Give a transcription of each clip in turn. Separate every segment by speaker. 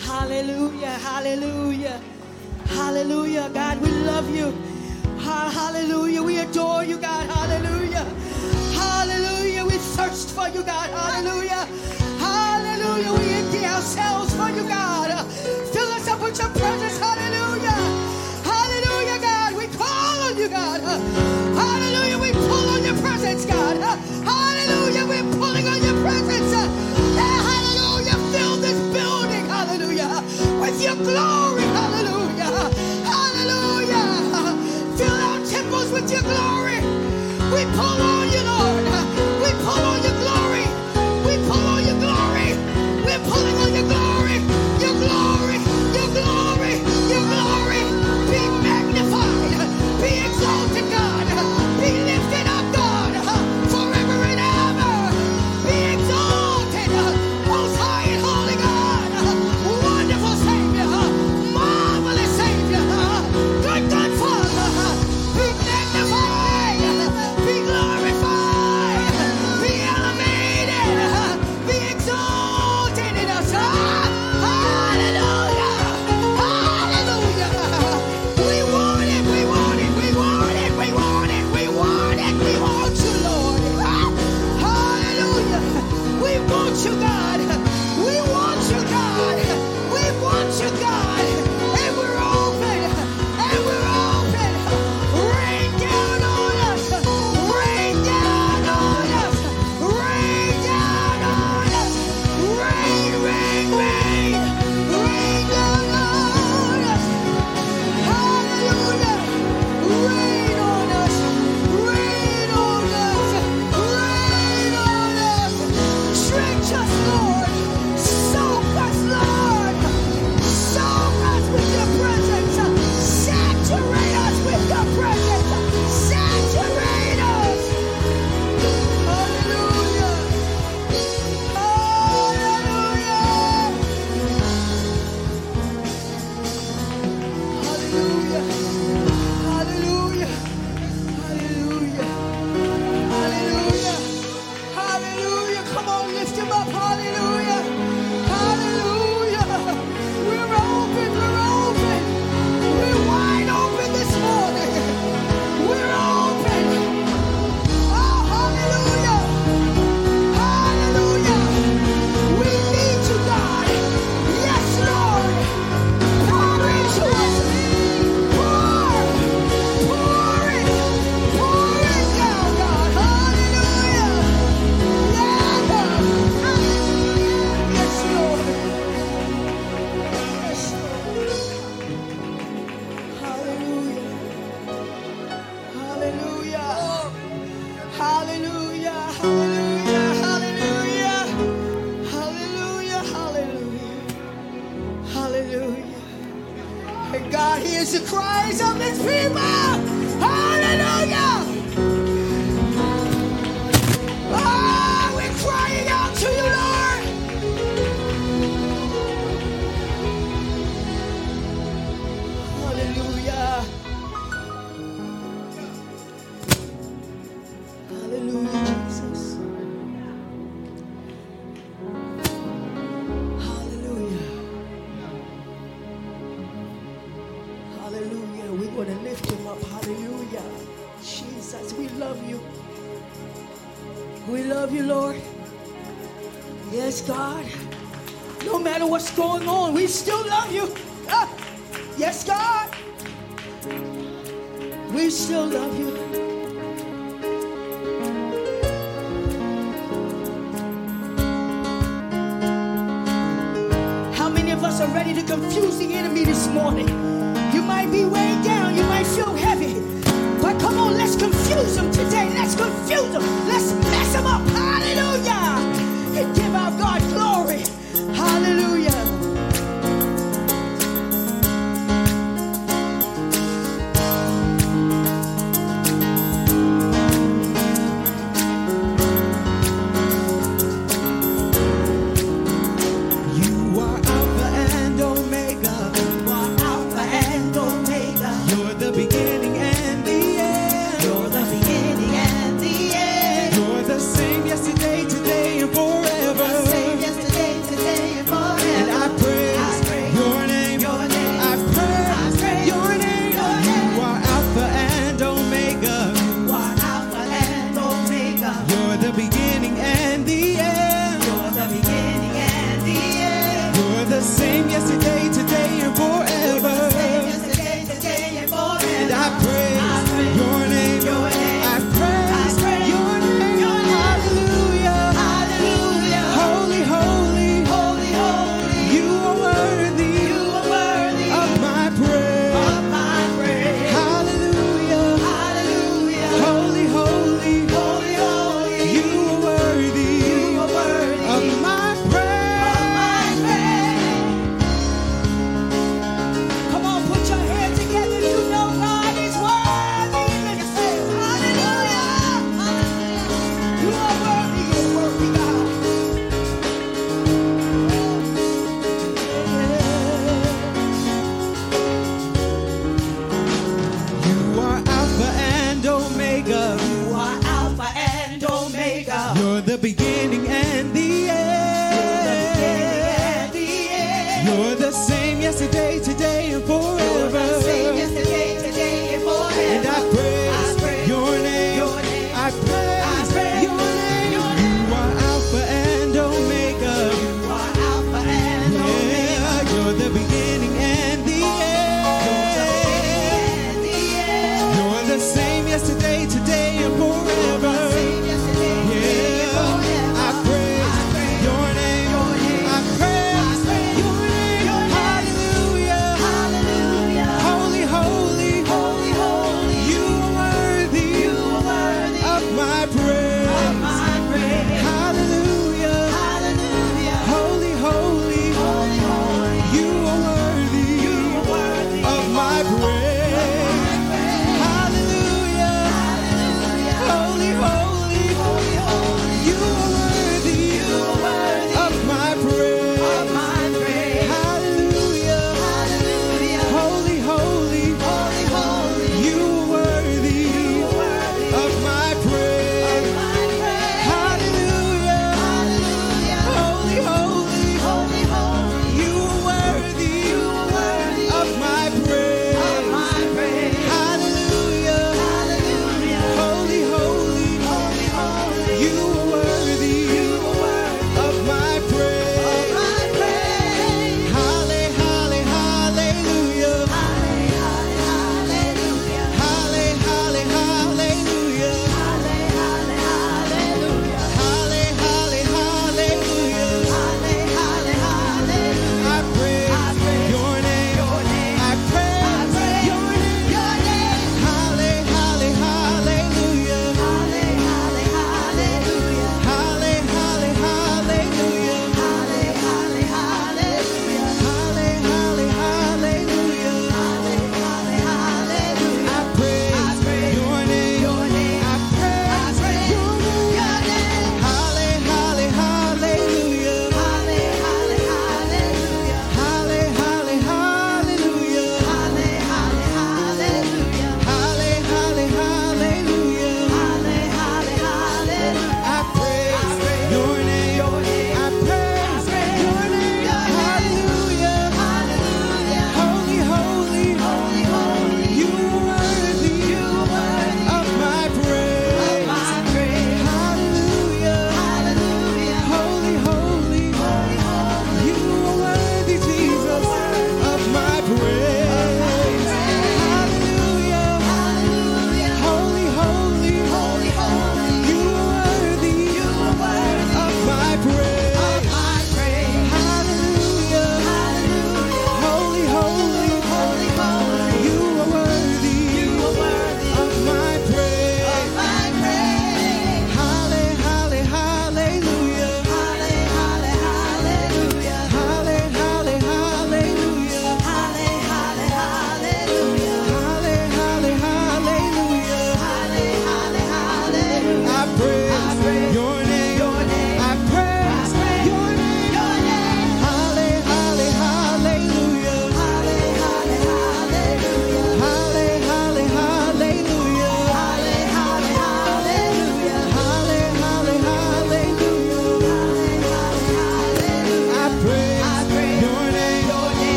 Speaker 1: Hallelujah. Hallelujah. Hallelujah. God, we love you. Ha- Hallelujah. We adore you, God. Hallelujah. Hallelujah. We searched for you, God. Hallelujah. Hallelujah. We empty ourselves for you, God. Fill us up with your presence. Hallelujah. Hallelujah, God. We call on you, God. Hallelujah. We pull on your presence, God. Hallelujah. We're pulling on your presence. Hallelujah. Fill this building. Hallelujah. With your glory. Hallelujah. Hallelujah. Fill our temples with your glory. We pull on you, Lord. We pull on your glory. We pull on your glory. We're pulling on your glory. Your glory. Your glory. Your glory. Be magnified. Be exalted, God. Be lifted up, God. Forever and ever. Be exalted. Most high and holy God. Wonderful Savior. Marvelous Savior. Good, good Father. Be magnified. Be glorified. Be elevated. Be exalted in us. Hallelujah. Hallelujah. We want it. We want it. We want it. We want it. We want it. We want you, Lord. Hallelujah. We want you, God. We want you, God. We want you, God. And we're open. And we're open. Rain down on us. Rain down on us. Rain down on us. Rain, rain, rain. Rain down on us. Hallelujah. Rain on us. Rain on us. Rain on us. Stretch us, Lord. Soak us, Lord. Soak us with your presence. Saturate us with your presence. Saturate us. Hallelujah. Hallelujah. Hallelujah. Hallelujah. Hallelujah. Hallelujah. Hallelujah. Come on, lift him up. Hallelujah. Hallelujah. We're open. We're open. We're wide open this morning. We're open. Oh, hallelujah. Hallelujah. We need you, God. Yes, Lord. Pour into us. Pour. Pour it. Pour it down, God. Hallelujah. Yeah. Yes, Lord. Yes, Lord. Hallelujah. Hallelujah. Hallelujah. Hallelujah. Hallelujah. Hallelujah. Hallelujah. Hallelujah. And God hears the cries of his people. Hallelujah. Ah, we're crying out to you, Lord. Hallelujah. Hallelujah, Jesus. Hallelujah. Hallelujah. We're going to lift him up. Hallelujah. Jesus, we love you. We love you, Lord. Yes, God. No matter what's going on, we still love you. Ah, yes, God. We still love you. How many of us are ready to confuse the enemy this morning? You might be weighed down, you might feel heavy, but come on, let's confuse them today. Let's confuse them. Let's mess them up. Hallelujah. And give our God glory. Hallelujah.
Speaker 2: You are Alpha and Omega. You are Alpha and Omega. You're the beginning and the end. You're the beginning and the end. You're You're the same yesterday, today, and forever. And I praise, your name. I praise, your name. You are Alpha and Omega. Yeah, you're the beginning and the end. You're the same yesterday, today, and forever. Yeah, I praise your name. I praise your name. Hallelujah. Holy, holy, you are worthy of my praise. Hallelujah. Holy, holy, you are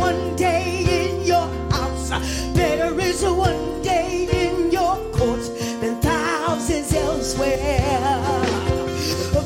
Speaker 1: one day in your house. Better is one day in your courts than thousands elsewhere.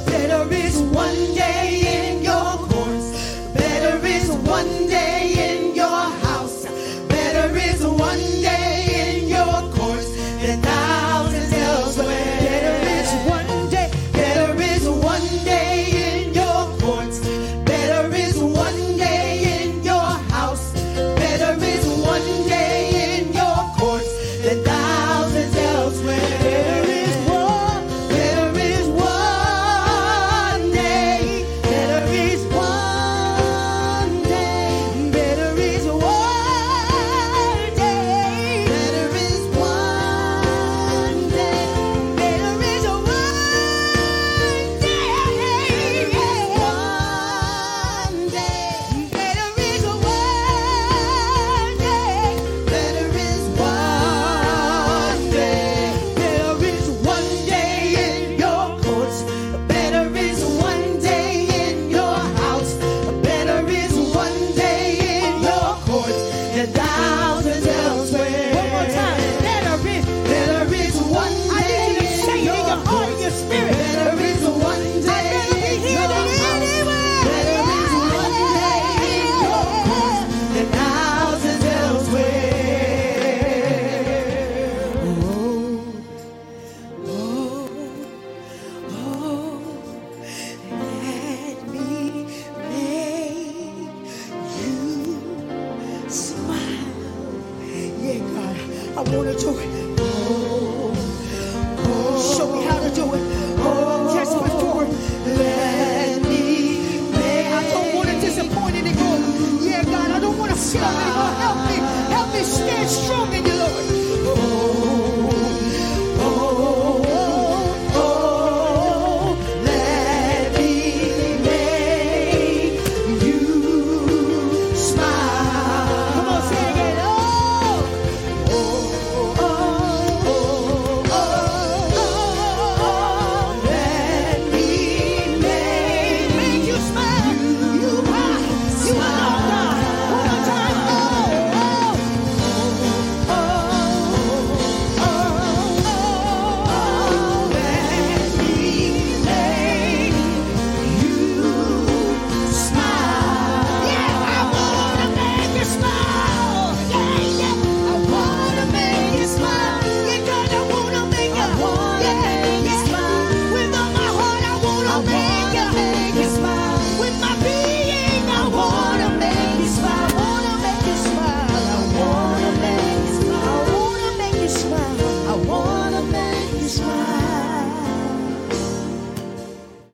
Speaker 1: Better is one day in your courts. Better is one day in your house. Better is one day in your courts than thousands elsewhere. Better is one day. Better is one day in your courts. Better is one day in your house. Better is one day in your courts than thousands elsewhere. There is one, there is one day, there is one day, there is one day, there is one day, there is one Thousands elsewhere. One more time. Better is, better is one day. I need you to say it in your heart and your spirit. Better is one day. I'd rather be here than anywhere. Better is one day in your courts than thousands elsewhere. Oh, oh, oh, let me make you smile. Yeah, God, I want to do it. Oh, oh, show me how to do it. Oh, just put forward. Let me. I don't want to disappoint anymore. Yeah, God, I don't want to fail anymore. Help me. Help me stand strong in